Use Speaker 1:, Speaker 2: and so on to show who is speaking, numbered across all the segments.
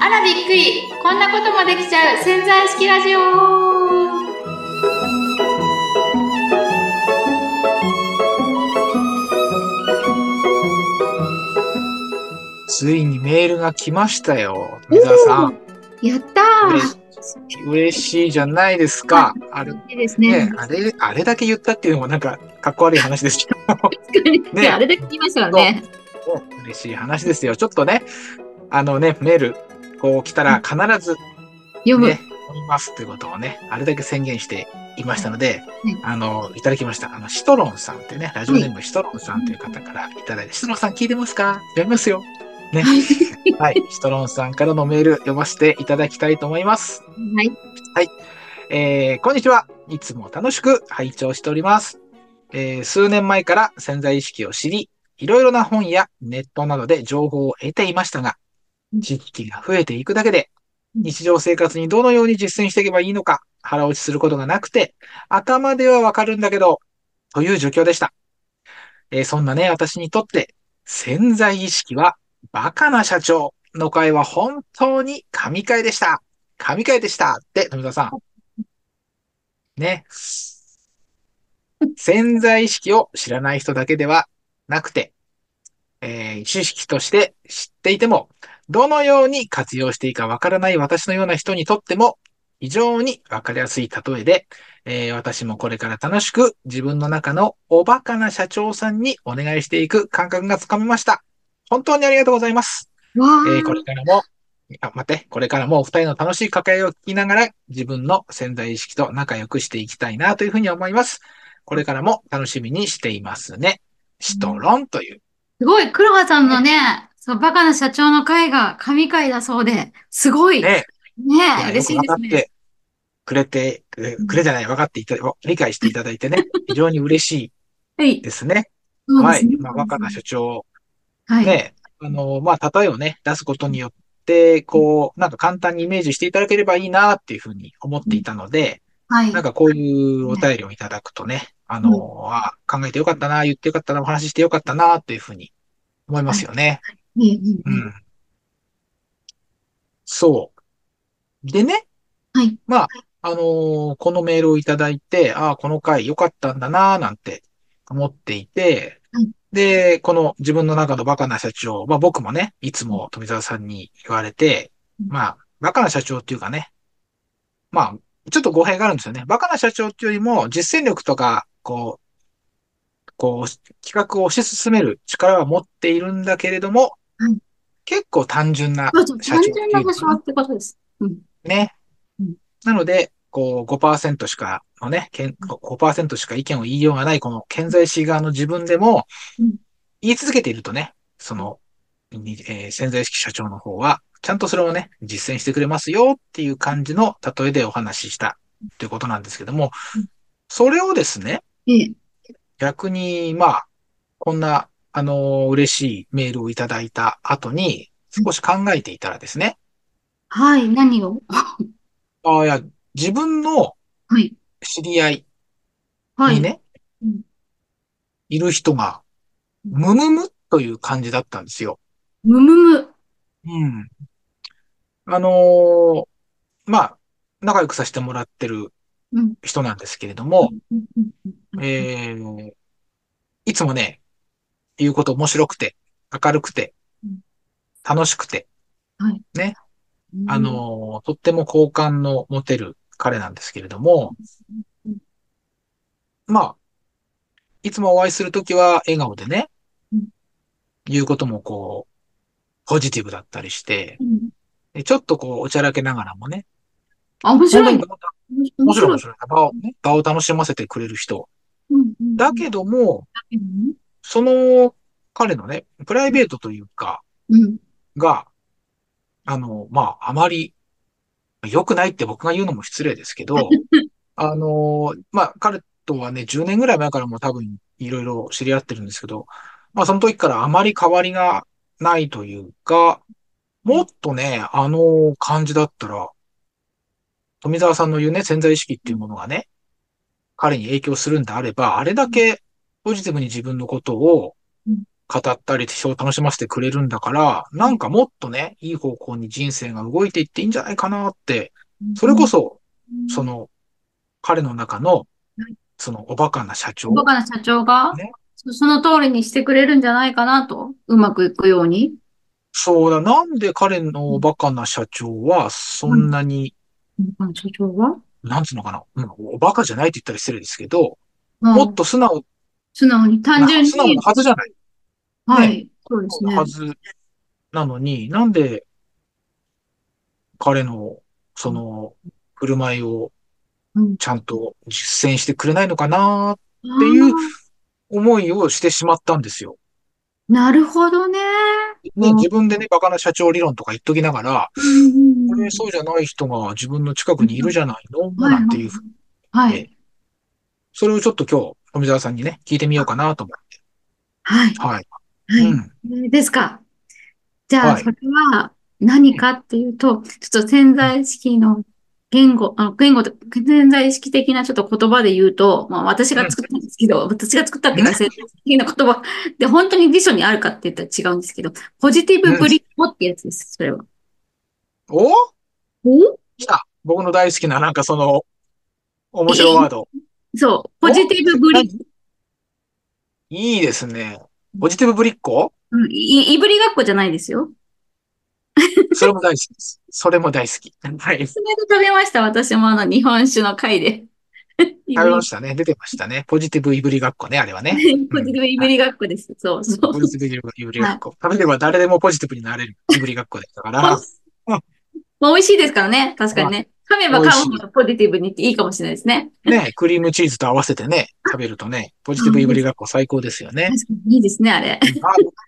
Speaker 1: あらびっくりこんなこともできちゃう潜在意識ラジオ
Speaker 2: ついにメールが来ましたよ。富澤さん。
Speaker 1: やった
Speaker 2: 嬉し嬉しいじゃないですか。あれ
Speaker 1: いいです
Speaker 2: ね、あれ、あれだけ言ったっていうのもなんか、かっこ悪い話ですけど、ね
Speaker 1: あれだけ言いましたよね。
Speaker 2: 嬉しい話ですよ。ちょっとね、あのね、メール、こう来たら必ず
Speaker 1: 読む。
Speaker 2: ね、思いますということをね、あれだけ宣言していましたので、
Speaker 1: うん
Speaker 2: あの、いただきました。あの、シトロンさんってね、ラジオネームシトロンさんという方からいただいて、シトロンさん聞いてますか読みますよ。ね。はい。シトロンさんからのメール読ませていただきたいと思います。
Speaker 1: はい。
Speaker 2: えーこんにちは。いつも楽しく拝聴しております。えー数年前から潜在意識を知り、いろいろな本やネットなどで情報を得ていましたが、知識が増えていくだけで、日常生活にどのように実践していけばいいのか、腹落ちすることがなくて、頭ではわかるんだけど、という状況でした。えーそんなね、私にとって、潜在意識は、バカな社長の会は本当に神会でした。神会でしたって、富田さん。ね。潜在意識を知らない人だけではなくて、えー知識として知っていても、どのように活用していいかわからない私のような人にとっても、非常にわかりやすい例えで、えー私もこれから楽しく自分の中のおバカな社長さんにお願いしていく感覚がつかめました。本当にありがとうございます。
Speaker 1: わ
Speaker 2: えーこれからも、あ、待って、これからもお二人の楽しい掛け合いを聞きながら、自分の潜在意識と仲良くしていきたいなというふうに思います。これからも楽しみにしていますね。シトロンという。
Speaker 1: すごい、黒羽さんのね、そう、バカな社長の会が神会だそうで、すごい。
Speaker 2: ね
Speaker 1: ね
Speaker 2: いや
Speaker 1: 嬉しい
Speaker 2: よ
Speaker 1: で
Speaker 2: く
Speaker 1: す
Speaker 2: 分かっ
Speaker 1: ね。
Speaker 2: てくれて、くれくれじゃない、分かっていた、理解していただい てね、非常に嬉し
Speaker 1: はい
Speaker 2: い。ですね。
Speaker 1: そう
Speaker 2: は
Speaker 1: で
Speaker 2: い
Speaker 1: す。ね
Speaker 2: まあ、若菜所長、
Speaker 1: はい。
Speaker 2: ね、あの、まあ、例えをね、出すことによって、こう、なんか簡単にイメージしていただければいいなっていうふうに思っていたので、
Speaker 1: はい。
Speaker 2: なんかこういうお便りをいただくとね、あの、あ考えてよかったな、言ってよかったな、お話ししてよかったな、というふうに思いますよね。
Speaker 1: いいいい
Speaker 2: うん。そう。でね、
Speaker 1: はい
Speaker 2: まあ、あのーこのメールをいただいて、ああ、この回良かったんだな、なんて思っていて
Speaker 1: はい、
Speaker 2: で、この自分の中のバカな社長、まあ僕もね、いつも富澤さんに言われて、
Speaker 1: うん
Speaker 2: まあ、バカな社長っていうかね、まあ、ちょっと語弊があるんですよね。バカな社長っていうよりも、実践力とか、こう、こう、企画を推し進める力は持っているんだけれども
Speaker 1: はい、
Speaker 2: 結構単純な
Speaker 1: そうそう
Speaker 2: 社
Speaker 1: 単
Speaker 2: 長ってい
Speaker 1: 純
Speaker 2: う
Speaker 1: な場
Speaker 2: のかな
Speaker 1: 所ってことです。うん。
Speaker 2: ね
Speaker 1: うん。
Speaker 2: なので、こう、5%しかのね、けん5%しか意見を言いようがない、この健在意側の自分でも
Speaker 1: うん、
Speaker 2: 言い続けているとね、その、にえー潜在意識社長の方は、ちゃんとそれをね、実践してくれますよっていう感じの例えでお話ししたということなんですけども
Speaker 1: うん、
Speaker 2: それをですね、
Speaker 1: ええ。
Speaker 2: 逆に、まあ、こんな、あのー嬉しいメールをいただいた後に、少し考えていたらですね、
Speaker 1: はい、何を
Speaker 2: ああ、いや、自分の
Speaker 1: はい。
Speaker 2: 知り合い、
Speaker 1: は
Speaker 2: に
Speaker 1: い。
Speaker 2: ね
Speaker 1: うん、
Speaker 2: いる人が、
Speaker 1: うん
Speaker 2: むむむという感じだったんですよ。
Speaker 1: むむむ。
Speaker 2: うん。あのーまあ、仲良くさせてもらってる
Speaker 1: うん
Speaker 2: 人なんですけれども、
Speaker 1: うんうんうん
Speaker 2: えーいつもね、言うこと面白くて、明るくて
Speaker 1: うん、
Speaker 2: 楽しくて、
Speaker 1: うん
Speaker 2: あのーとっても好感の持てる彼なんですけれども、まあ、いつもお会いするときは笑顔でね
Speaker 1: うん、
Speaker 2: 言うこともこう、ポジティブだったりして、
Speaker 1: うん
Speaker 2: でちょっとこう、おちゃらけながらもね、
Speaker 1: あ、面白いね。
Speaker 2: 面白い面
Speaker 1: 面白い。
Speaker 2: 白い。場をね、場を楽しませてくれる人。
Speaker 1: うんうん
Speaker 2: だけども、
Speaker 1: だけどね
Speaker 2: その彼のね、プライベートというか、
Speaker 1: うん。
Speaker 2: が、あの、まあ、あまり良くないって僕が言うのも失礼ですけど、あの、まあ、彼とはね、10年ぐらい前からも多分いろいろ知り合ってるんですけど、まあ、その時からあまり変わりがないというか、もっとね、あの感じだったら、富澤さんの言うね、潜在意識っていうものがね、彼に影響するんであれば、あれだけポジティブに自分のことを
Speaker 1: うん
Speaker 2: 語ったり、人を楽しませてくれるんだから、なんかもっとね、いい方向に人生が動いていっていいんじゃないかなって、それこそ、
Speaker 1: うん、
Speaker 2: その、彼の中の
Speaker 1: はい、
Speaker 2: そのおバカな社長。
Speaker 1: バカな社長が、
Speaker 2: ね
Speaker 1: そその通りにしてくれるんじゃないかなと、うまくいくように。
Speaker 2: そうだ、なんで彼のおバカな社長は、そんなに、
Speaker 1: バカな社長が、
Speaker 2: なんつうのかな、うん、おバカじゃないって言ったら失礼ですけど、
Speaker 1: うん
Speaker 2: もっと素直
Speaker 1: 素直に、単
Speaker 2: な、
Speaker 1: 純に。
Speaker 2: 素直なはずじゃない
Speaker 1: はい、そうですね。
Speaker 2: はずなのに、なんで彼のその振る舞いを
Speaker 1: うん
Speaker 2: ちゃんと実践してくれないのかなっていう
Speaker 1: あ
Speaker 2: 思いをしてしまったんですよ。
Speaker 1: ーなるほどね。
Speaker 2: ね、
Speaker 1: うん
Speaker 2: 自分でね、バカな社長理論とか言っときながら、
Speaker 1: うん
Speaker 2: これそうじゃない人が自分の近くにいるじゃないの
Speaker 1: はい
Speaker 2: なんていうふうに、
Speaker 1: はい。
Speaker 2: ねそれをちょっと今日、富澤さんにね、聞いてみようかなと思って。
Speaker 1: はい。
Speaker 2: はい。
Speaker 1: はい。
Speaker 2: うん。
Speaker 1: ですか。じゃあ、
Speaker 2: はい
Speaker 1: それは何かっていうと、ちょっと潜在意識の言語、あの言語と、潜在意識的なちょっと言葉で言うと、まあ私が作ったんですけど、私が作ったっていうか
Speaker 2: うん
Speaker 1: 潜在意識的な言葉 で本当に辞書にあるかって言ったら違うんですけど、ポジティブブリコってやつです、それは。
Speaker 2: お
Speaker 1: お
Speaker 2: 来た僕の大好きななんかその、面白ワード。
Speaker 1: そう、ポジティブブリ、
Speaker 2: いいですね。ポジティブぶりっ子
Speaker 1: うんい、いぶりがっこじゃないですよ。
Speaker 2: それも大好きです。それも大好き。はい。
Speaker 1: それで食べました、私もあの日本酒の会で。いぶ
Speaker 2: 食べ
Speaker 1: り
Speaker 2: ましたね。出てましたね。ポジティブいぶりがっこね、あれはね。
Speaker 1: ポジティブいぶりがっこです。 そうそう。
Speaker 2: ポジティブいぶりがっこ。食べれば誰でもポジティブになれるいぶりがっこでしたから。
Speaker 1: まあ、美味しいですからね。確かにね。噛めば噛むほどポジティブにっていいかもしれないですね。
Speaker 2: ね、クリームチーズと合わせてね、食べるとね、ポジティブいぶりがっこ最高ですよね。
Speaker 1: 確かにいいですね、あれ。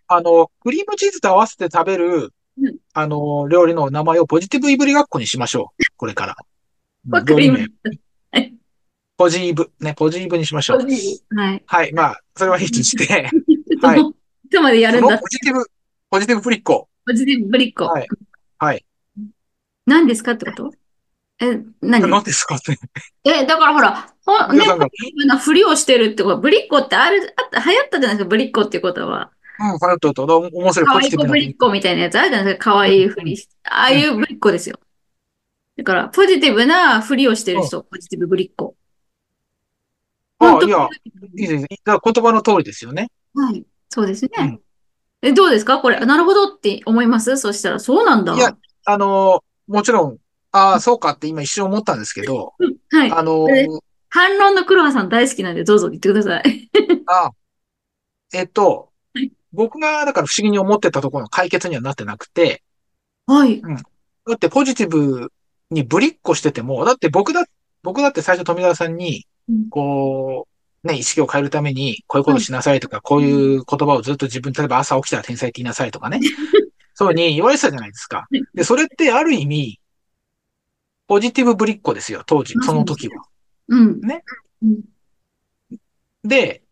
Speaker 2: ああの、クリームチーズと合わせて食べる
Speaker 1: うん、
Speaker 2: あの、料理の名前をポジティブいぶりがっこにしましょう。これから。うん
Speaker 1: ク
Speaker 2: 料
Speaker 1: リー
Speaker 2: 理
Speaker 1: ム
Speaker 2: 名。ポジーブ。ね、ポジーブにしましょう。
Speaker 1: はい。
Speaker 2: はい。まあ、それはいいとして。
Speaker 1: ちょっともう、いつまで やるん
Speaker 2: そ
Speaker 1: だ
Speaker 2: の。ポジティブ、ポジティブプリッコ。
Speaker 1: ポジティブぶりっ子。
Speaker 2: はいはい。
Speaker 1: 何ですかってことえ、何
Speaker 2: 何ですかって。
Speaker 1: え、だからほら、ほん、
Speaker 2: 皆
Speaker 1: ね、
Speaker 2: さんが
Speaker 1: ポジティブなふりをしてるってこと、ぶりっ子ってある、あった、流行ったじゃないですか、ぶりっ子っていうことは。
Speaker 2: うん、ファルトと、面白い
Speaker 1: か
Speaker 2: ポ
Speaker 1: わい
Speaker 2: ジ
Speaker 1: い
Speaker 2: ティ
Speaker 1: 子
Speaker 2: ブな
Speaker 1: ぶりっ子みたいなやつあるじゃないですか、かわいいふりして。ああいうぶりっ子ですよ。だから、ポジティブなふりをしてる人、ポジティブぶりっ子。
Speaker 2: あ
Speaker 1: 本当
Speaker 2: いや、いいです。だから言葉の通りですよね。
Speaker 1: はい、そうですね。
Speaker 2: うん
Speaker 1: え、どうですかこれ、なるほどって思いますそしたら、そうなんだ。
Speaker 2: いやあのー、もちろん、ああ、そうかって今一瞬思ったんですけど、
Speaker 1: うんはい。
Speaker 2: あのー
Speaker 1: え、反論の黒羽さん大好きなんで、どうぞ言ってくださ い。
Speaker 2: あえっと
Speaker 1: はい、
Speaker 2: 僕が、だから不思議に思ってたところの解決にはなってなくて、
Speaker 1: はい。
Speaker 2: だってポジティブにぶりっこしてても、だって僕だ、僕だって最初富澤さんに
Speaker 1: うん、
Speaker 2: こう、ね、意識を変えるために、こういうことしなさいとか、こういう言葉をずっと自分、例えば朝起きたら天才って言いなさい とかね、そうに言われてたじゃないですか。で、それってある意味、ポジティブぶりっ子ですよ、当時、その時は。
Speaker 1: うん。
Speaker 2: ね
Speaker 1: うん。
Speaker 2: で、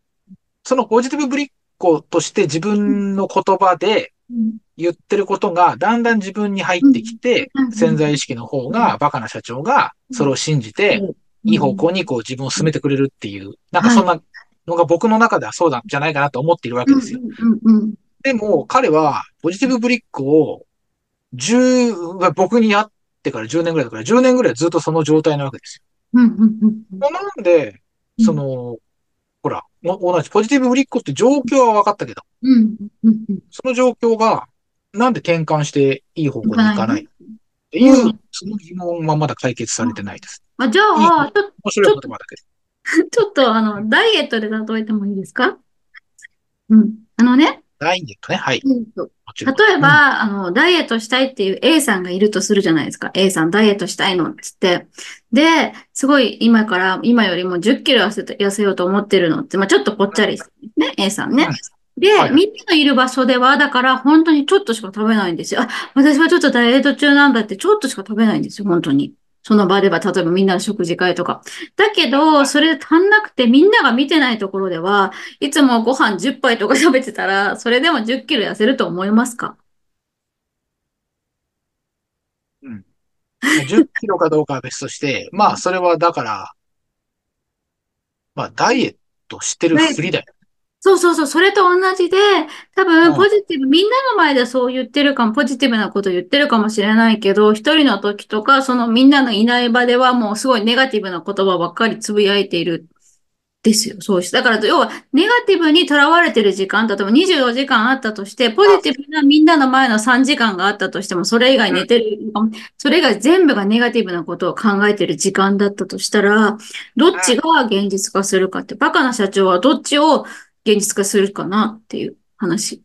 Speaker 2: そのポジティブぶりっ子として自分の言葉で
Speaker 1: うん。
Speaker 2: 言ってることが、だんだん自分に入ってきて
Speaker 1: うんうん、
Speaker 2: 潜在意識の方が、バカな社長が、それを信じて、いい方向にこう自分を進めてくれるっていう、なんかそんなのが僕の中ではそうなんじゃないかなと思っているわけですよ。
Speaker 1: うん。うん。うん。
Speaker 2: でも彼はポジティブブリックを10、僕にやってから10年ぐらいだから10年ぐらいずっとその状態なわけです
Speaker 1: うん。うん。うん。うん
Speaker 2: よ。なんで、その、ほら、お同じポジティブブリックって状況は分かったけど、
Speaker 1: うん。うん。うん
Speaker 2: その状況がなんで転換していい方向に行かないって
Speaker 1: い
Speaker 2: い、
Speaker 1: かないう
Speaker 2: その疑問はまだ解決されてないです。
Speaker 1: あ、じゃあ、ちょ
Speaker 2: 面白い言葉だけど。
Speaker 1: ちょっ と、あの、ダイエットで例えてもいいですかうん。あのね、
Speaker 2: ダイエットね。はい。もちろん。
Speaker 1: 例えば、あの、ダイエットしたいっていう A さんがいるとするじゃないですか。A さん、ダイエットしたいのっつって。で、すごい今から、今よりも10キロ痩せた痩せようと思ってるのって、まあちょっとぽっちゃりしてるね、A さんね
Speaker 2: うん。
Speaker 1: で、
Speaker 2: はい
Speaker 1: みんなのいる場所では、だから本当にちょっとしか食べないんですよ。あ、私はちょっとダイエット中なんだって、ちょっとしか食べないんですよ、本当に。その場では、例えばみんなの食事会とか。だけど、それ足んなくてみんなが見てないところでは、いつもご飯10杯とか食べてたら、それでも10キロ痩せると思いますか
Speaker 2: 10キロかどうかは別として、まあ、それはだから、まあ、ダイエットしてるふりだよ。
Speaker 1: そうそうそう、それと同じで、多
Speaker 2: うん
Speaker 1: 分、ポジティブ、みんなの前でそう言ってるかも、ポジティブなこと言ってるかもしれないけど、一人の時とか、そのみんなのいない場ではもうすごいネガティブな言葉ばっかりつぶやいている。ですよ。そうし。だから、要は、ネガティブにとらわれてる時間、例えば24時間あったとして、ポジティブなみんなの前の3時間があったとしても、それ以外寝てる、それ以外全部がネガティブなことを考えてる時間だったとしたら、どっちが現実化するかって、バカな社長はどっちを現実化するかなっていう話。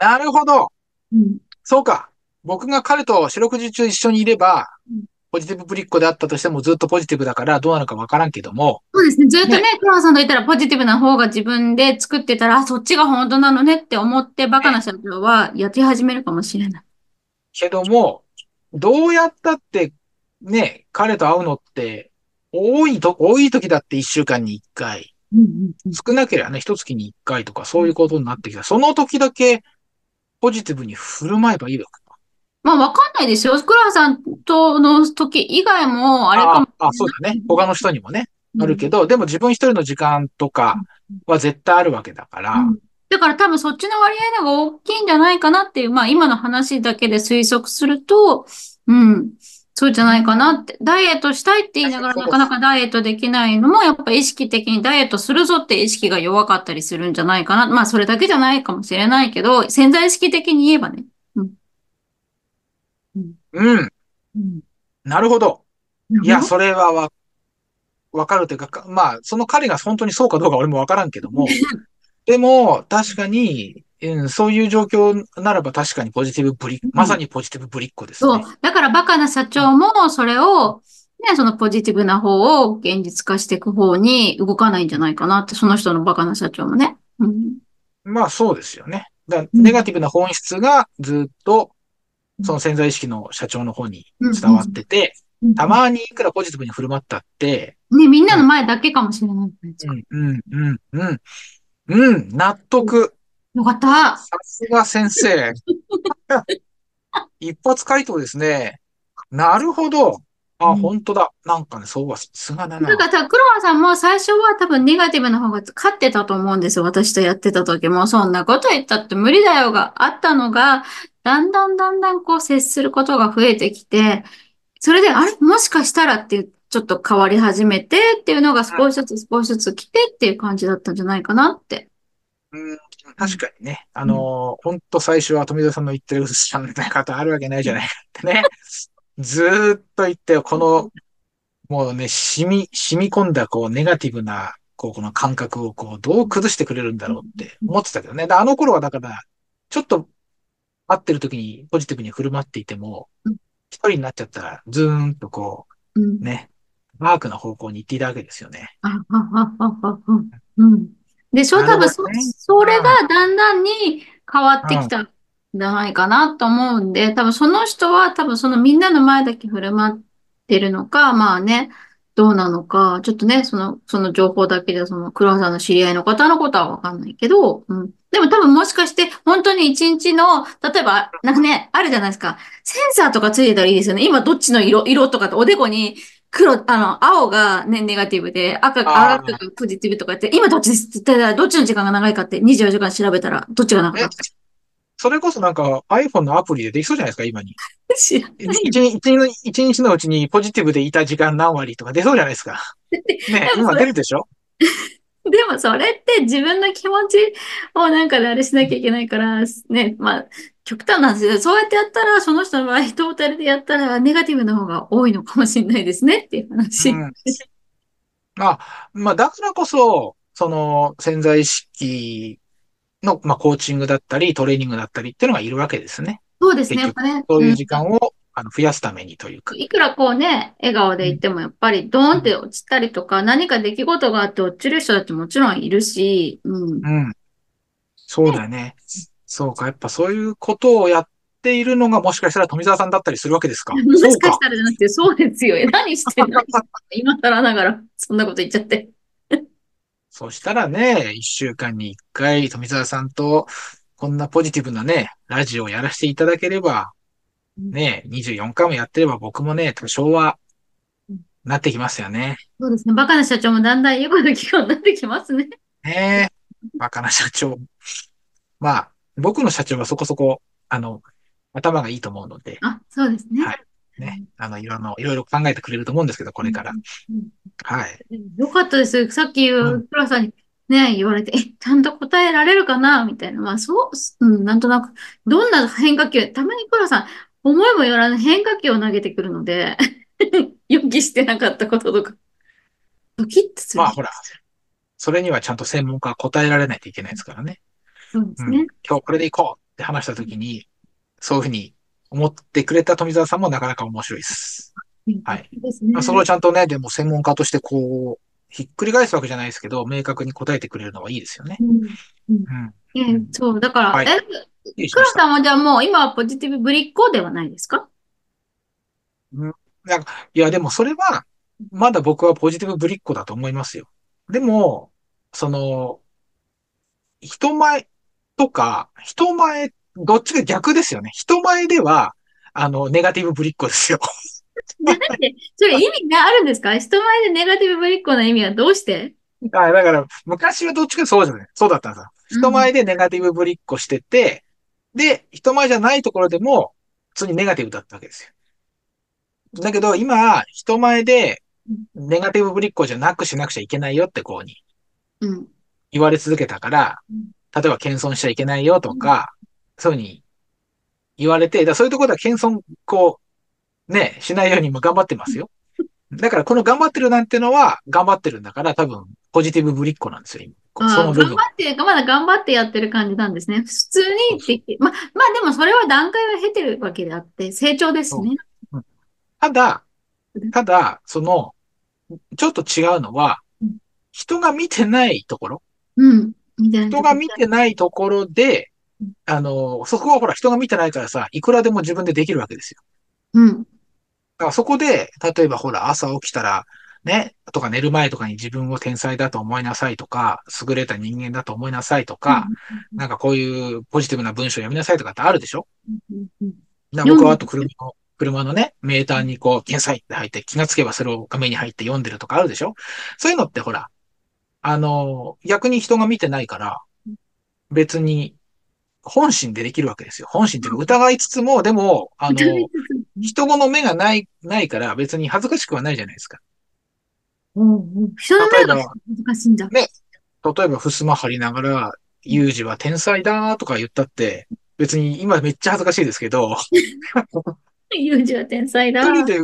Speaker 2: なるほど。
Speaker 1: うん。
Speaker 2: そうか。僕が彼と四六時中一緒にいれば
Speaker 1: うん、
Speaker 2: ポジティブぶりっ子であったとしてもずっとポジティブだからどうなのかわからんけども、
Speaker 1: そうですね。ずっとね、クラさんといたらポジティブな方が自分で作ってたら、あそっちが本当なのねって思って、バカな社長はやって始めるかもしれない。
Speaker 2: けども、どうやったって、ね、彼と会うのって、多いと、多い時だって一週間に一回、
Speaker 1: うんうんうん。
Speaker 2: 少なければね、一月に一回とかそういうことになってきた。その時だけ、ポジティブに振る舞えばいいわけか。
Speaker 1: まあ、わかんないですよ。クラさんとの時以外も、あれかも。
Speaker 2: ああ、そうだね。他の人にもね、あるけ
Speaker 1: ど。
Speaker 2: ど、でも自分一人の時間とかは絶対あるわけだから、
Speaker 1: うんだから多分そっちの割合の方が大きいんじゃないかなっていう、まあ今の話だけで推測すると、うん、そうじゃないかなって。ダイエットしたいって言いながら
Speaker 2: そう
Speaker 1: な
Speaker 2: です
Speaker 1: かなかダイエットできないのも、やっぱ意識的にダイエットするぞって意識が弱かったりするんじゃないかな。まあそれだけじゃないかもしれないけど、潜在意識的に言えばね。
Speaker 2: うん、
Speaker 1: うん。
Speaker 2: なるほど。いや、
Speaker 1: そ
Speaker 2: それはわ、わかるというかか、まあ、その彼が本当にそうかどうか俺もわからんけども、でも、確かに、うん、そういう状況ならば確かにポジティブぶり、
Speaker 1: うん
Speaker 2: まさにポジティブぶりっ子です
Speaker 1: そ
Speaker 2: ね。
Speaker 1: う。だからバカな社長もそれを、ね、そのポジティブな方を現実化していく方に動かないんじゃないかなって、その人のバカな社長もね。うん。
Speaker 2: まあ、そうですよね。だから
Speaker 1: うん
Speaker 2: ネガティブな本質がずっと、
Speaker 1: うん
Speaker 2: その潜在意識の社長の方に伝わってて、たまにいくらポジティブに振る舞ったって、
Speaker 1: ね、みんなの前だけかもしれない。
Speaker 2: うん、うん、うん、うん、うん、納得。
Speaker 1: よかった。
Speaker 2: さすが先生。 一発回答ですね。なるほど。あ、
Speaker 1: うん
Speaker 2: 本当だ。なんかね、そうは、さすがだな
Speaker 1: なん。かさ、黒羽さんも最初は多分ネガティブな方が勝ってたと思うんですよ。私とやってた時も。そんなこと言ったって無理だよがあったのが、だんだんだんだんこう接することが増えてきて、それで、あれもしかしたらっていう、ちょっと変わり始めてっていうのが少しずつ少しずつ来てっていう感じだったんじゃないかなって。
Speaker 2: うん、確かにね。あのー、本当最初は富田さんの言ってる嘘じゃない方あるわけないじゃないかってね。ずーっと言って、この、もうね、染み、染み込んだ、こう、ネガティブな、こう、この感覚を、こう、どう崩してくれるんだろうって思ってたけどね。であの頃は、だから、ちょっと、会ってる時にポジティブに振る舞っていても
Speaker 1: うん、
Speaker 2: 一人になっちゃったら、ずーんとこ
Speaker 1: うん
Speaker 2: う、。ね、ダークな方向に行っていたわけですよね。
Speaker 1: あ、あ、あ、あ、あ、あ、うん。でしょ、
Speaker 2: な
Speaker 1: 多
Speaker 2: る
Speaker 1: 分
Speaker 2: ほ
Speaker 1: そ
Speaker 2: どね、
Speaker 1: それがだんだんに変わってきたんじゃないかなと思うんで、多分その人は多分そのみんなの前だけ振る舞ってるのか、まあね、どうなのか、ちょっとね、その、その情報だけで、その黒さんの知り合いの方のことはわかんないけど、うん。でも多分もしかして、本当に一日の、例えば、なんかね、あるじゃないですか。センサーとかついてたらいいですよね。今どっちの色、色とかっておでこに、黒、あの、青がね、ネガティブで、赤が、
Speaker 2: あー
Speaker 1: 赤がポジティブとかって、今どっちですって言ったら、どっちの時間が長いかって24時間調べたら、どっちが長か
Speaker 2: え
Speaker 1: った
Speaker 2: それこそなんか iPhone のアプリでできそうじゃないですか、今に。
Speaker 1: か知らない。
Speaker 2: 一日一日の一日のうちにポジティブでいた時間何割とか出そうじゃないで すか。ね、
Speaker 1: でもそ
Speaker 2: 今
Speaker 1: れ
Speaker 2: 出るでしょ
Speaker 1: でもそれって自分の気持ちをなんかであれしなきゃいけないから、ね、まあ、極端なんですよ。そうやってやったら、その人の場合、トータルでやったら、ネガティブの方が多いのかもしれないですねっていう話。
Speaker 2: うんあ、まあ、だからこそ、その潜在意識の、まあ、コーチングだったり、トレーニングだったりっていうのがいるわけですね。
Speaker 1: そうですね、や
Speaker 2: 結
Speaker 1: っぱね。
Speaker 2: そういううん時間を、あの増やすためにというか。
Speaker 1: いくらこうね、笑顔で言ってもやっぱりドーンって落ちたりとか、何か出来事があって落ちる人だってもちろんいるし、うん。
Speaker 2: うん。そうだね。そうか。やっぱそういうことをやっているのがもしかしたら富澤さんだったりするわけですか。
Speaker 1: も
Speaker 2: そう
Speaker 1: しか
Speaker 2: か
Speaker 1: し。たらじゃなくて、そうですよ。え何してんの今更ながら、そんなこと言っちゃって。
Speaker 2: そしたらね、一週間に一回富澤さんとこんなポジティブなね、ラジオをやらせていただければ、ね、24回もやってれば僕もね、多少はなってきますよね。
Speaker 1: そうですね。バカな社長もだんだん言うこと聞くようになってきますね。
Speaker 2: ねえ、バカな社長。まあ、僕の社長はそこそこ、あの、頭がいいと思うので、
Speaker 1: あ、そうですね。
Speaker 2: はいね、あの、いろんな、いろいろ考えてくれると思うんですけど、これから
Speaker 1: う。ん
Speaker 2: はい。
Speaker 1: よかったです。さっき、
Speaker 2: うん
Speaker 1: プラさんにね、言われて、え、ちゃんと答えられるかなみたいな。まあ、そう、うん、なんとなく、どんな変化球、たまにプラさん、思いもよらぬ変化球を投げてくるので、 予期してなかったこととか、ドキッとする。
Speaker 2: まあ、ほら、それにはちゃんと専門家は答えられないといけないですからね。
Speaker 1: そうです
Speaker 2: うん、
Speaker 1: ね
Speaker 2: 今。日これでいこうって話したときに、そういうふうに思ってくれた富澤さんもなかなか面白いです。はい
Speaker 1: いいですね。
Speaker 2: まあ、それをちゃんとね、でも専門家としてこう、ひっくり返すわけじゃないですけど、明確に答えてくれるのはいいですよね。
Speaker 1: うん
Speaker 2: うん。
Speaker 1: ええそう、だから、
Speaker 2: はい
Speaker 1: え、
Speaker 2: 失礼し
Speaker 1: プ
Speaker 2: ま
Speaker 1: ラ
Speaker 2: した。
Speaker 1: さんはじゃあもう今はポジティブぶりっ子ではないですか
Speaker 2: いや、でもそれは、まだ僕はポジティブぶりっ子だと思いますよ。でも、その、人前とか、人前、どっちが逆ですよね。人前では、あの、ネガティブぶりっ子ですよ。
Speaker 1: だって、それ意味があるんですか人前でネガティブぶりっ子の意味はどうして
Speaker 2: あだから、昔はどっちかそうじゃない。そうだったんですよ。人前でネガティブぶりっこしてて、で、人前じゃないところでも、普通にネガティブだったわけですよ。だけど、今、人前で、ネガティブぶりっこじゃなくしなくちゃいけないよってこうに
Speaker 1: うん。
Speaker 2: 言われ続けたから
Speaker 1: うん、
Speaker 2: 例えば謙遜しちゃいけないよとか、そういうふうに言われて、だからそういうところでは謙遜、こう、ね、しないようにも頑張ってますよ。だからこの頑張ってるなんてのは、頑張ってるんだから、多分、ポジティブぶりっ子なんですよ、今。
Speaker 1: あ
Speaker 2: そ
Speaker 1: あ
Speaker 2: の
Speaker 1: ー、
Speaker 2: 部
Speaker 1: 頑
Speaker 2: 分。
Speaker 1: 張って、まだ頑張ってやってる感じなんですね。普通にって言って、ま、まあでもそれは段階を経てるわけであって、成長ですね。
Speaker 2: ただ、ただ、その、ちょっと違うのは
Speaker 1: うん、
Speaker 2: 人が見てないところ、
Speaker 1: うん。みたいなと
Speaker 2: 人
Speaker 1: こ
Speaker 2: が見てないところで
Speaker 1: うん、
Speaker 2: あの、そこはほら人が見てないからさ、いくらでも自分でできるわけですよ。
Speaker 1: うん。
Speaker 2: だからそこで、例えばほら朝起きたら、ね、とか寝る前とかに自分を天才だと思いなさいとか、優れた人間だと思いなさいとか、
Speaker 1: うん
Speaker 2: なんかこういうポジティブな文章を読みなさいとかってあるでしょ
Speaker 1: うんうん
Speaker 2: な僕はあと車の、車のね、メーターにこう、天才って入って、気がつけばそれを画面に入って読んでるとかあるでしょそういうのってほら、あの、逆に人が見てないから、別に、本心でできるわけですよ。本心っていうか疑いつつも、でも、あの、人の目がない、ないから別に恥ずかしくはないじゃないですか。
Speaker 1: うんうん人の目が難しいんだ。
Speaker 2: 例えば、襖張りながら、ユージは天才だとか言ったって、別に今めっちゃ恥ずかしいですけど、
Speaker 1: 友情は天才だ。
Speaker 2: 一人で、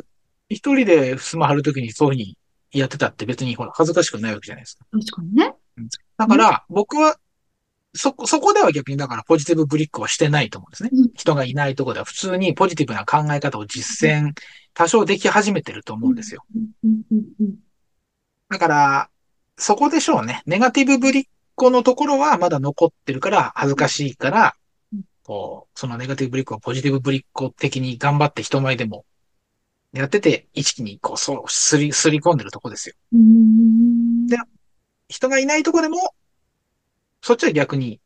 Speaker 2: 一人で襖張るときにそういうふうにやってたって別にほら、恥ずかしくないわけじゃないですか。
Speaker 1: 確かにね。
Speaker 2: だから、僕は、そこ、そこでは逆にだからポジティブブリックはしてないと思うんですね
Speaker 1: うん。
Speaker 2: 人がいないところでは普通にポジティブな考え方を実践、多少でき始めてると思うんですよ。
Speaker 1: うんうんうんうん
Speaker 2: だから、そこでしょうね。ネガティブぶりっ子のところはまだ残ってるから、恥ずかしいから
Speaker 1: うん、
Speaker 2: こう、そのネガティブぶりっ子をポジティブぶりっ子的に頑張って人前でもやってて、意識にこう、そう、すり、すり込んでるとこですよ。
Speaker 1: うーん
Speaker 2: で人がいないとこでも、そっちは逆に、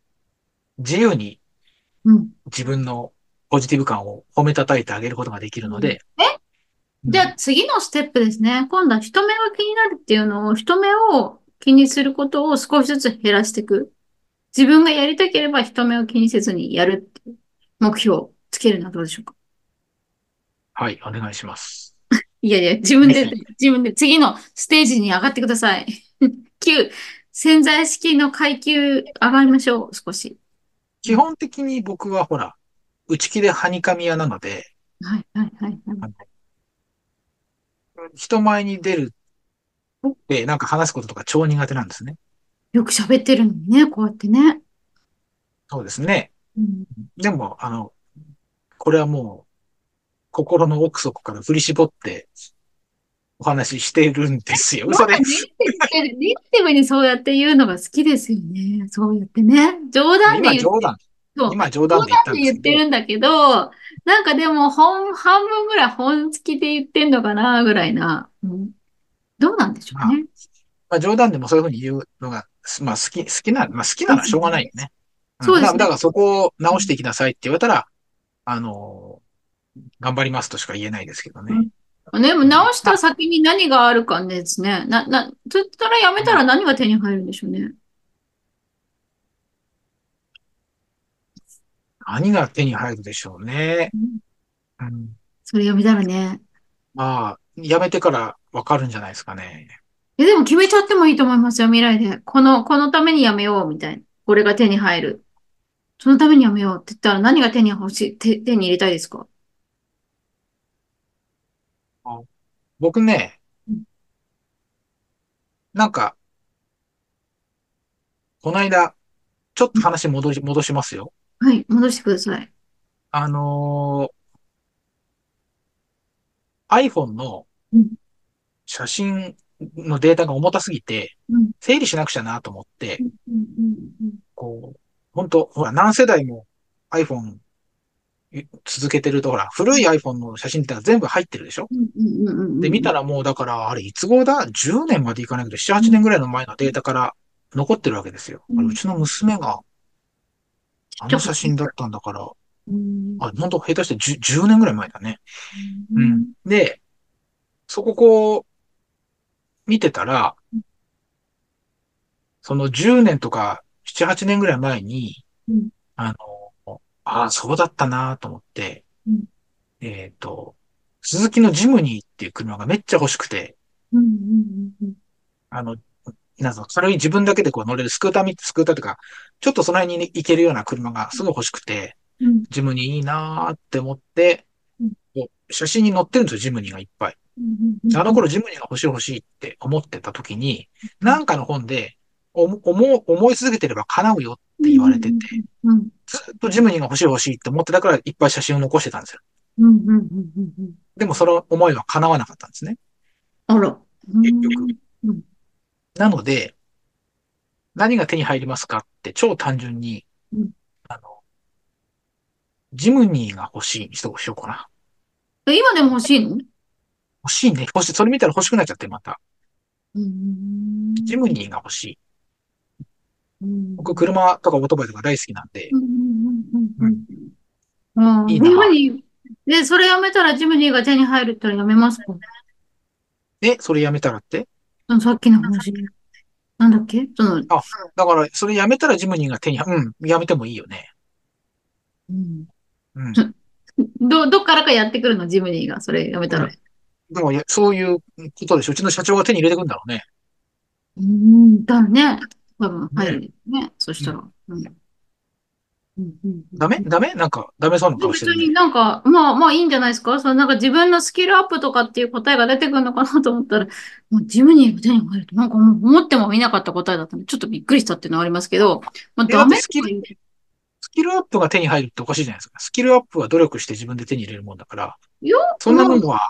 Speaker 2: 自由に
Speaker 1: うん
Speaker 2: 自分のポジティブ感を褒めたたいてあげることができるので。
Speaker 1: じゃあ次のステップですね。今度は人目が気になるっていうのを、人目を気にすることを少しずつ減らしていく。自分がやりたければ人目を気にせずにやるっていう目標をつけるのはどうでしょうか
Speaker 2: はい、お願いします。
Speaker 1: いやいや、自分で
Speaker 2: はい、
Speaker 1: 自分で次のステージに上がってください。9、潜在意識の階級上がりましょう、少し。
Speaker 2: 基本的に僕はほら、内気ではにかみ屋なので、
Speaker 1: はい、はい、はい。はい
Speaker 2: 人前に出るって、なんか話すこととか超苦手なんですね。
Speaker 1: よく喋ってるのにね、こうやってね。
Speaker 2: そうですね。
Speaker 1: うん
Speaker 2: でも、あの、これはもう、心の奥底から振り絞って、お話ししてるんですよ。嘘で
Speaker 1: ネガ
Speaker 2: す。
Speaker 1: ティブネガティブにそうやって言うのが好きですよね。そうやってね。冗談で言
Speaker 2: 今
Speaker 1: って
Speaker 2: 冗談。
Speaker 1: そう
Speaker 2: 今冗談で言ったんです
Speaker 1: 言っ
Speaker 2: け
Speaker 1: て
Speaker 2: ど。
Speaker 1: るんだけど、なんかでも本、半分ぐらい本気で言ってんのかな、ぐらいな。うんどうなんでしょうね。
Speaker 2: まあ、冗談でもそういうふうに言うのが、すまあ好き、好きな、まあ好きならしょうがないよね。ん
Speaker 1: そうですね
Speaker 2: だだからそこを直していきなさいって言われたら、あの、頑張りますとしか言えないですけどね。
Speaker 1: でも直した先に何があるかですね。な、な、そしたらやめたら何が手に入るんでしょうね。
Speaker 2: 何が手に入るでしょうね。
Speaker 1: うん
Speaker 2: うん、
Speaker 1: それ読みたらね。
Speaker 2: まあ、やめてからわかるんじゃないですかね。
Speaker 1: え、でも決めちゃってもいいと思いますよ、未来で。この、このためにやめよう、みたいな。これが手に入る。そのためにやめようって言ったら何が手に欲しい、手、手に入れたいですか
Speaker 2: 僕ね
Speaker 1: うん、
Speaker 2: なんか、この間、ちょっと話戻し、戻しますよ。
Speaker 1: はい、戻してください。
Speaker 2: あのー iPhone の
Speaker 1: うん
Speaker 2: 写真のデータが重たすぎて
Speaker 1: うん、
Speaker 2: 整理しなくちゃなと思って
Speaker 1: う、んうんうん
Speaker 2: こう、本当ほら、何世代も iPhone い続けてると、ほら、古い iPhone の写真ってのは全部入ってるでしょ
Speaker 1: うんうんうんうんうん
Speaker 2: で、見たらもうだから、あれ、いつ頃だ ?10 年までいかないけど、7、8年ぐらいの前のデータから残ってるわけですよ。
Speaker 1: うん
Speaker 2: あれうちの娘が、あの写真だったんだから、
Speaker 1: うん
Speaker 2: あ、本当下手して 10, 10年ぐらい前だね。うん。で、そここう、見てたら、その10年とか7、8年ぐらい前に
Speaker 1: うん、
Speaker 2: あの、ああ、そうだったなと思って
Speaker 1: うん、
Speaker 2: えっと、スズキのジムニーっていう車がめっちゃ欲しくて、
Speaker 1: うんうんうんうん
Speaker 2: あの、なんか軽い自分だけでこう乗れるスクーターみ、スクーターとか、ちょっとその辺に行けるような車がすごい欲しくて、
Speaker 1: うん
Speaker 2: ジムニーいいなーって思って
Speaker 1: うん、
Speaker 2: こう写真に載ってるんですよ、ジムニーがいっぱい。
Speaker 1: うんうん
Speaker 2: あの頃ジムニーが欲しい欲しいって思ってた時に、なんかの本で、おも思う、思い続けてれば叶うよって言われてて、
Speaker 1: うんうん
Speaker 2: ずっとジムニーが欲しい欲しいって思ってたからいっぱい写真を残してたんですよ。
Speaker 1: うんうんうんうんうん
Speaker 2: でもその思いは叶わなかったんですね。
Speaker 1: あら。うん
Speaker 2: 結局。なので、何が手に入りますかって超単純に
Speaker 1: うん、
Speaker 2: あの、ジムニーが欲しいにしとしようかな。
Speaker 1: え今でも欲しいの
Speaker 2: 欲しいね。欲しい。それ見たら欲しくなっちゃって、また。
Speaker 1: うん
Speaker 2: ジムニーが欲しい。
Speaker 1: うん
Speaker 2: 僕、車とかオートバイとか大好きなんで
Speaker 1: う、んうんうんうんうん。
Speaker 2: い
Speaker 1: ジ
Speaker 2: いな
Speaker 1: ムニー、で、それやめたらジムニーが手に入るったらやめますか
Speaker 2: え、それやめたらって
Speaker 1: うんさっきの話。なんだっけその、
Speaker 2: だから、それやめたらジムニーが手に、うん、やめてもいいよね。
Speaker 1: うん
Speaker 2: うん。
Speaker 1: そど、どっからかやってくるの、ジムニーが。それやめたら。
Speaker 2: でも、いやそういうことでしょ。うちの社長が手に入れてくんだろうね。
Speaker 1: うん、だね。多分入るね。そしたら。うんうんうん
Speaker 2: ダメダメなんか、ダメそうな顔して
Speaker 1: 別
Speaker 2: るね、
Speaker 1: になんか、まあまあいいんじゃないですかそのなんか自分のスキルアップとかっていう答えが出てくるのかなと思ったら、もうジムニーが手に入ると、なんかもう思っても見なかった答えだったんで、ちょっとびっくりしたっていうのはありますけど、まあ
Speaker 2: えだ
Speaker 1: ダ
Speaker 2: って
Speaker 1: メ
Speaker 2: スキ
Speaker 1: とか言
Speaker 2: ル
Speaker 1: う、
Speaker 2: スキルアップが手に入るっておかしいじゃないですか。スキルアップは努力して自分で手に入れるもんだから、
Speaker 1: いや
Speaker 2: そんなもんは、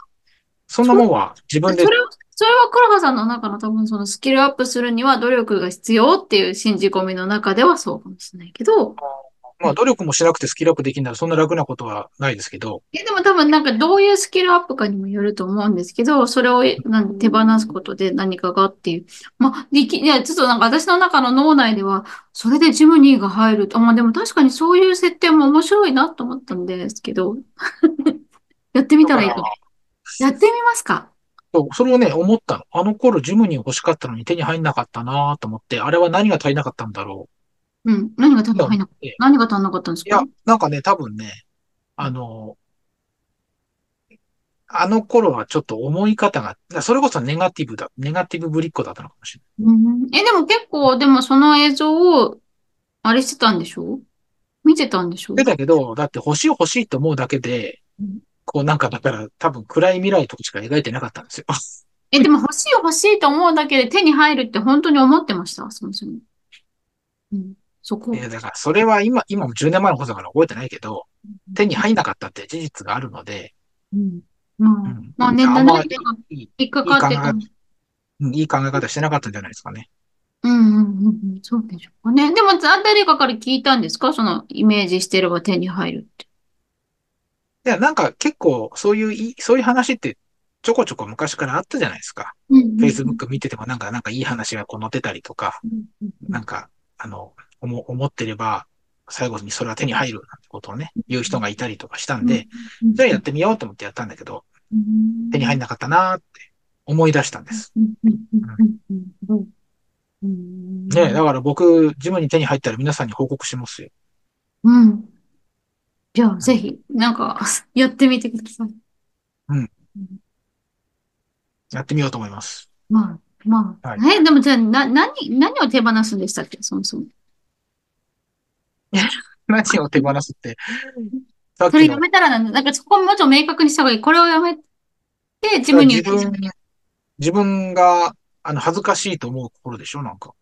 Speaker 2: そんなもんは自分で
Speaker 1: そ、れは、それは黒羽さんの中の多分そのスキルアップするには努力が必要っていう信じ込みの中ではそうかもしれないけど、
Speaker 2: まあ努力もしなくてスキルアップできるならそんな楽なことはないですけど、
Speaker 1: え、でも多分なんかどういうスキルアップかにもよると思うんですけど、それをなん手放すことで何かがっていう。まあ、でき、いや、ちょっとなんか私の中の脳内では、それでジムニーが入ると。あ、まあでも確かにそういう設定も面白いなと思ったんですけど。 やってみたらいいと思う。やってみますか。
Speaker 2: そうそれをね、思ったの。あの頃ジムニー欲しかったのに手に入んなかったなと思って、あれは何が足りなかったんだろ
Speaker 1: うん。何が足りなかっ
Speaker 2: ええ
Speaker 1: た何が足んなかったんです
Speaker 2: う。いや
Speaker 1: か、
Speaker 2: なんかね、多分ね、あの、あの頃はちょっと思い方が、それこそネガティブだ、ネガティブぶりっ子だったのかもしれない。
Speaker 1: うん。え、でも結構、でもその映像を、あれしてたんでしょ見てたんでしょ
Speaker 2: でだけど、だって欲しい欲しいと思うだけで
Speaker 1: うん、
Speaker 2: こうなんかだから多分暗い未来とかしか描いてなかったんですよ。
Speaker 1: え、でも欲しい欲しいと思うだけで手に入るって本当に思ってましたそもそも。うん。そこ。
Speaker 2: えーだからそれは今、今も10年前のことだから覚えてないけど、手に入んなかったって事実があるので、
Speaker 1: うん。まあ、
Speaker 2: ん
Speaker 1: まあ年
Speaker 2: あ
Speaker 1: 代
Speaker 2: んま
Speaker 1: ね、
Speaker 2: り
Speaker 1: なんか
Speaker 2: いい
Speaker 1: 引っかかってた。
Speaker 2: いい考うんいい考え方してなかったんじゃないですかね。
Speaker 1: うんうんうんうん。そうでしょうかね。でも、ざ誰かから聞いたんですかそのイメージしてれば手に入るって。
Speaker 2: いや、なんか結構そういういい、そういう話ってちょこちょこ昔からあったじゃないですか。
Speaker 1: うんうんうん。
Speaker 2: Facebook 見ててもなんか、なんかいい話がこう載ってたりとか、
Speaker 1: うんうんうん
Speaker 2: なんか、あの、思思ってれば、最後にそれは手に入るなんてことをね、言う人がいたりとかしたんで、
Speaker 1: うんうん
Speaker 2: じゃあやってみようと思ってやったんだけど、
Speaker 1: うん
Speaker 2: 手に入んなかったなーって思い出したんです。
Speaker 1: うんうんうんうんうんうん
Speaker 2: ねだから僕、ジムに手に入ったら皆さんに報告しますよ。
Speaker 1: うん。じゃあ、ぜひ、なんか、やってみてください。
Speaker 2: やってみようと思います。
Speaker 1: まあ、まあ。え、でもじゃあ、な、何、何を手放すんでしたっけ、そもそも。
Speaker 2: 何を手放すって。さっ
Speaker 1: それ
Speaker 2: き
Speaker 1: や
Speaker 2: の、
Speaker 1: めたらなんだ、なんかそこもうちょっと明確にした方がいい。これをやめて、自分に
Speaker 2: 自
Speaker 1: 言う
Speaker 2: 分、自分が、あの、恥ずかしいと思う心でしょなんか。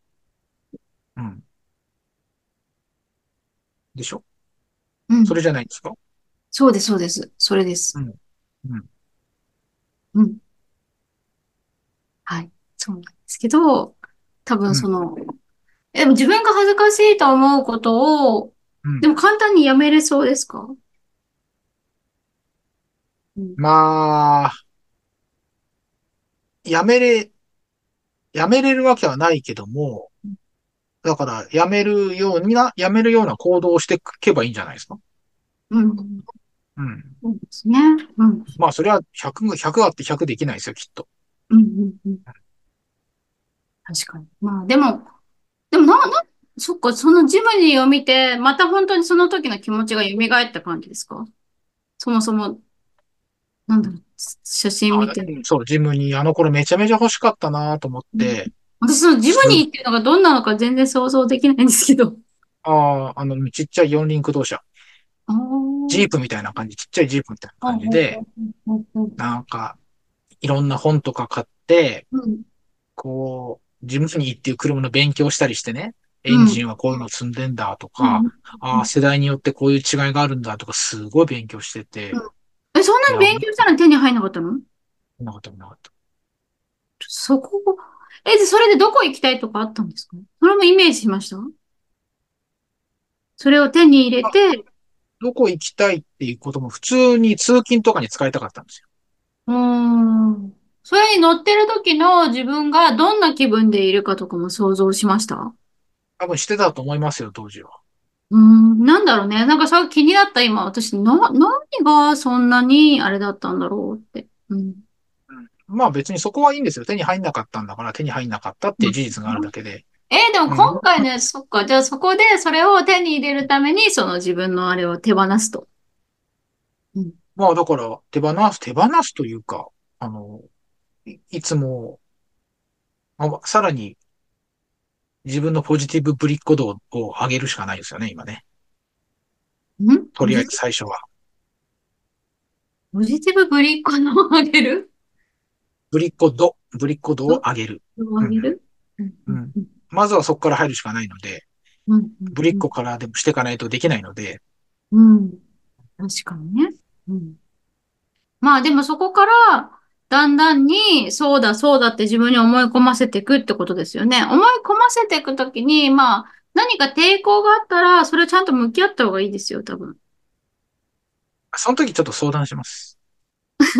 Speaker 2: うん。でしょ
Speaker 1: うん
Speaker 2: それじゃないですか
Speaker 1: そうです、そうです。それです。
Speaker 2: うんうん。
Speaker 1: うん。はい。そうなんですけど、多
Speaker 2: うん
Speaker 1: 分その、えでも自分が恥ずかしいと思うことを、
Speaker 2: うん
Speaker 1: でも簡単にやめれそうですか
Speaker 2: まあ、やめれ、やめれるわけはないけども、だから、やめるようにな、やめるような行動をしていけばいいんじゃないですか
Speaker 1: うん。
Speaker 2: うん。
Speaker 1: そうですね。うん。
Speaker 2: まあ、それは100が、100あって100できないですよ、きっと。
Speaker 1: うんうんうん。確かに。まあでも、でもな、な、そっか、そのジムニーを見て、また本当にその時の気持ちが蘇った感じですかそもそも、なんだろう、写真見て。
Speaker 2: そう、ジムにあの頃めちゃめちゃ欲しかったなと思って、
Speaker 1: 私、そのジムニーっていうのがどんなのか全然想像できないんですけど。
Speaker 2: ああ、あの、ちっちゃい四輪駆動車、
Speaker 1: あー
Speaker 2: ジープみたいな感じ、ちっちゃいジープみたいな感じで、
Speaker 1: うんうん
Speaker 2: なんか、いろんな本とか買って、
Speaker 1: うん
Speaker 2: こう、ジムニーっていう車の勉強したりしてね、エンジンはこういうの積んでんだとか、ああ、世代によってこういう違いがあるんだとか、すごい勉強してて、
Speaker 1: うんえ、そんなに勉強したら手に入んなかったの
Speaker 2: なかったなかった。
Speaker 1: そこ、え、でそれでどこ行きたいとかあったんですかそれもイメージしましたそれを手に入れて、
Speaker 2: どこ行きたいっていうことも普通に通勤とかに使いたかったんですよ。
Speaker 1: うーん。それに乗ってる時の自分がどんな気分でいるかとかも想像しました
Speaker 2: 多分してたと思いますよ、当時は。
Speaker 1: うーん、なんだろうね。なんかさ、気になった今、私、な、何がそんなにあれだったんだろうって。うん。
Speaker 2: まあ別にそこはいいんですよ。手に入んなかったんだから手に入んなかったっていう事実があるだけで。
Speaker 1: えーでも今回ね、そっか。じゃあそこでそれを手に入れるために、その自分のあれを手放すと。
Speaker 2: まあだから手放す、手放すというか、あの、いいつも、あさらに自分のポジティブぶりっ子度を上げるしかないですよね、今ね。
Speaker 1: ん
Speaker 2: とりあえず最初は。
Speaker 1: ポジティブぶりっ子のをあげる
Speaker 2: ぶりっ子度、ぶりっ子度を上げる。
Speaker 1: あげるうん
Speaker 2: うんまずはそこから入るしかないので、
Speaker 1: うん
Speaker 2: ぶりっ子からでもしていかないとできないので、
Speaker 1: うん。確かにね。うん。まあでもそこから、だんだんに、そうだそうだって自分に思い込ませていくってことですよね。思い込ませていくときに、まあ、何か抵抗があったら、それをちゃんと向き合った方がいいですよ、多分。
Speaker 2: その時ちょっと相談します。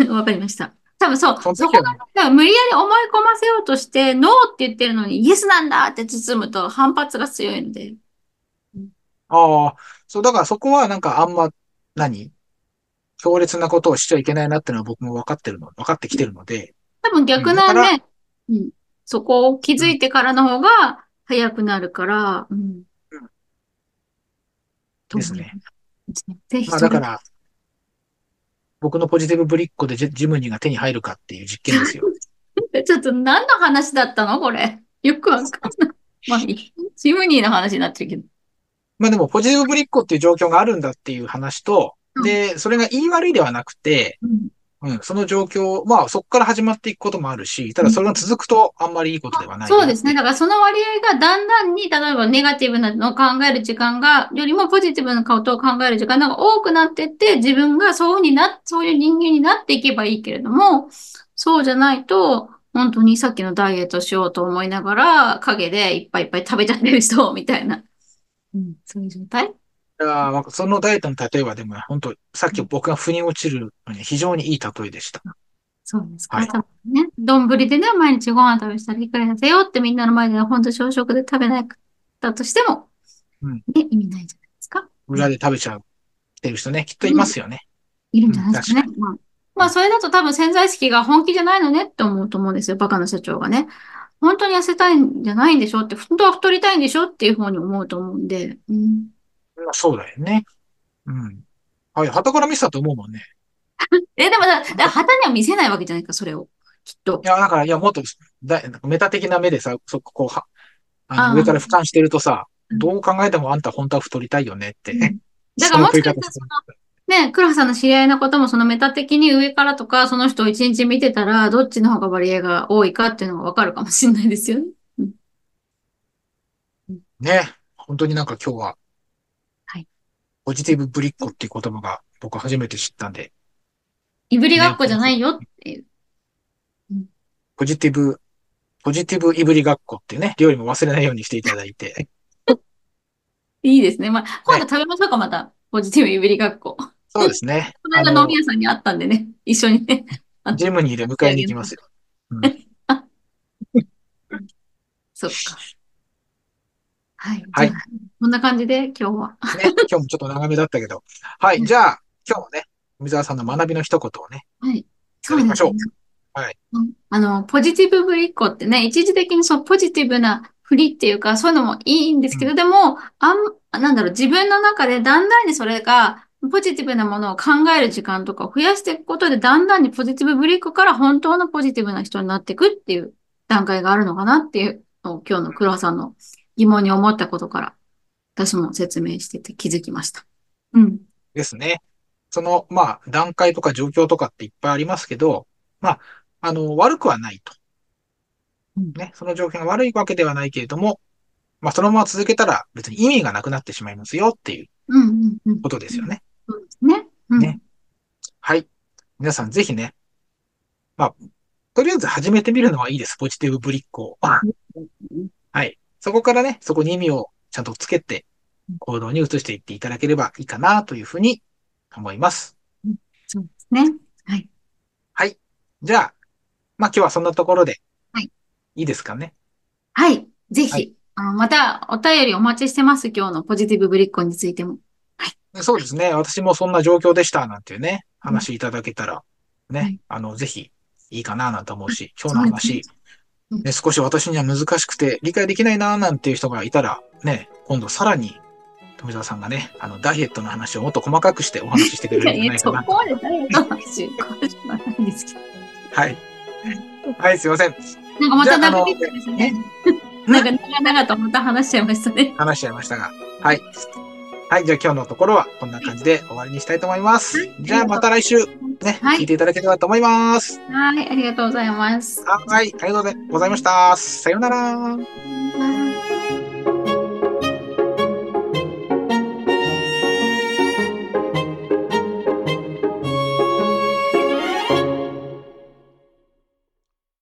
Speaker 1: わかりました。多分そう。
Speaker 2: その
Speaker 1: そ
Speaker 2: 時
Speaker 1: こ
Speaker 2: は
Speaker 1: が、
Speaker 2: ね、
Speaker 1: だから無理やり思い込ませようとして、ノーって言ってるのに、イエスなんだって包むと反発が強いので。
Speaker 2: ああ、そう、だからそこはなんかあんま、何強烈なことをしちゃいけないなってのは僕も分かってるの、分かってきてるので、
Speaker 1: 多分逆な
Speaker 2: うんだから
Speaker 1: ね、うん、そこを気づいてからの方が早くなるから、うん。と
Speaker 2: ですね。
Speaker 1: ですねぜひ
Speaker 2: まあ
Speaker 1: そ
Speaker 2: だ
Speaker 1: れ
Speaker 2: か、ら、僕のポジティブぶりっ子でジジムニーが手に入るかっていう実験ですよ。
Speaker 1: ちょっと何の話だったのこれ。よくわかんない。 まあいい、ジムニーの話になってるけど。
Speaker 2: まあでも、ポジティブぶりっ子っていう状況があるんだっていう話と、
Speaker 1: うん
Speaker 2: で、それが言い悪いではなくて、
Speaker 1: うん
Speaker 2: うん、その状況、まあそこから始まっていくこともあるし、ただそれが続くとあんまりいいことではない。
Speaker 1: そうですね。。だからその割合がだんだんに、例えばネガティブなのを考える時間が、よりもポジティブなことを考える時間が多くなってって、自分がそういうふうにな、そういう人間になっていけばいいけれども、そうじゃないと、本当にさっきのダイエットしようと思いながら、陰でいっぱいいっぱい食べちゃってる人、みたいな。うん、そういう状態
Speaker 2: だからそのダイエットの例えばでも、本当さっき僕が腑に落ちるのに非常にいい例えでした。
Speaker 1: そうです
Speaker 2: は
Speaker 1: か。
Speaker 2: い
Speaker 1: 多分ね、丼でね、毎日ご飯食べしたらいくら痩せようってみんなの前では本当朝食で食べなかったとしても、
Speaker 2: うん
Speaker 1: ね、意味ないじゃないですか。
Speaker 2: 裏で食べちゃうっていう人ね、きっといますよね。
Speaker 1: いるんじゃないですかね。まあ、まあ、それだと多分潜在意識が本気じゃないのねって思うと思うんですよ。バカな社長がね。本当に痩せたいんじゃないんでしょって、本当は太りたいんでしょっていう方に思うと思うんで。うん。
Speaker 2: まあそうだよね。うん。はい、旗から見せたと思うもんね。
Speaker 1: え、でもだ、だから旗には見せないわけじゃないか、それを。きっと
Speaker 2: い。や、だから、いや、もっと、だなんかメタ的な目でさ、そこ、こう、は、
Speaker 1: あ
Speaker 2: あの、
Speaker 1: ー
Speaker 2: 上から俯瞰してるとさ、
Speaker 1: うん
Speaker 2: どう考えてもあんた本当は太りたいよねって。
Speaker 1: だからも
Speaker 2: その食
Speaker 1: し
Speaker 2: い
Speaker 1: かし
Speaker 2: 方
Speaker 1: たら
Speaker 2: する
Speaker 1: ね、黒羽さんの知り合いのこともそのメタ的に上からとか、その人を一日見てたら、どっちの方が割合が多いかっていうのがわかるかもしれないですよね。
Speaker 2: ね。本当になんか今日は、
Speaker 1: はい
Speaker 2: ポジティブぶりっ子っていう言葉が僕初めて知ったんで、
Speaker 1: いぶりがっこじゃないよっていう。
Speaker 2: ポジティブ、ポジティブいぶりがっこっていうね、料理も忘れないようにしていただい て。
Speaker 1: いいですね。まあ、今度食べましょうか、また。ポジティブいぶりがっこ。こ
Speaker 2: そうですね。
Speaker 1: の間
Speaker 2: あの
Speaker 1: 飲み屋さんにあったんでね、一緒にね。
Speaker 2: ジムにで迎えに行きますよ。
Speaker 1: そっか。はい。
Speaker 2: はい
Speaker 1: じゃあこんな感じで、今日は。
Speaker 2: ね。今日もちょっと長めだったけど。はい。じゃあ、今日もね、梅沢さんの学びの一言をね、
Speaker 1: はい。
Speaker 2: やりましょう
Speaker 1: そうですね
Speaker 2: はい
Speaker 1: うんあの、ポジティブぶりっ子ってね、一時的にそう、ポジティブな振りっていうか、そういうのもいいんですけど、でも、あん、なんだろう、自分の中でだんだんにそれが、ポジティブなものを考える時間とかを増やしていくことで、だんだんにポジティブぶりっ子から本当のポジティブな人になっていくっていう段階があるのかなっていうのを、今日の黒羽さんの疑問に思ったことから、私も説明してて気づきました。うん。
Speaker 2: ですね。その、まあ、段階とか状況とかっていっぱいありますけど、まあ、あの、悪くはないと
Speaker 1: うん。
Speaker 2: ね、その状況が悪いわけではないけれども、まあ、そのまま続けたら別に意味がなくなってしまいますよっていう
Speaker 1: うんうんうん。
Speaker 2: ことですよね。
Speaker 1: そうですね。うん
Speaker 2: ねはい。皆さんぜひね、まあ、とりあえず始めてみるのはいいです。ポジティブぶりっ子を。はい。そこからね、そこに意味をちゃんとつけて、行動に移していっていただければいいかなというふうに思います。
Speaker 1: そうですね。はい。
Speaker 2: じゃあ、まあ今日はそんなところで、
Speaker 1: はい
Speaker 2: いいですかね。
Speaker 1: はい。ぜひ、
Speaker 2: はい
Speaker 1: あの、またお便りお待ちしてます。今日のポジティブぶりっ子についても。
Speaker 2: そうですね。私もそんな状況でしたなんていうね、話いただけたら、
Speaker 1: は
Speaker 2: ね
Speaker 1: い、
Speaker 2: あの、ぜひいいかななんて思うし、今日の
Speaker 1: そう
Speaker 2: 話
Speaker 1: で、うん
Speaker 2: ね、少し私には難しくて理解できないななんていう人がいたら、ね、今度さらに、富澤さんがね、あの、ダイエットの話をもっと細かくしてお話ししてくれるんじゃないかな。
Speaker 1: まで誰の話はないんですけど。
Speaker 2: はい。はい、すいません。
Speaker 1: なんかまた
Speaker 2: じゃああ
Speaker 1: 長
Speaker 2: の
Speaker 1: くなっちゃいましたね。
Speaker 2: ね
Speaker 1: なんか長々とまた話しちゃいましたね。
Speaker 2: 話しちゃいましたが。はい。はい、じゃあ今日のところはこんな感じで終わりにしたいと思います。じゃあまた来週、ね、
Speaker 1: はい
Speaker 2: 聞いていただければと思います。
Speaker 1: はい、ありがとうございます。
Speaker 2: はい、ありがとうございました。さようなら。
Speaker 1: バイ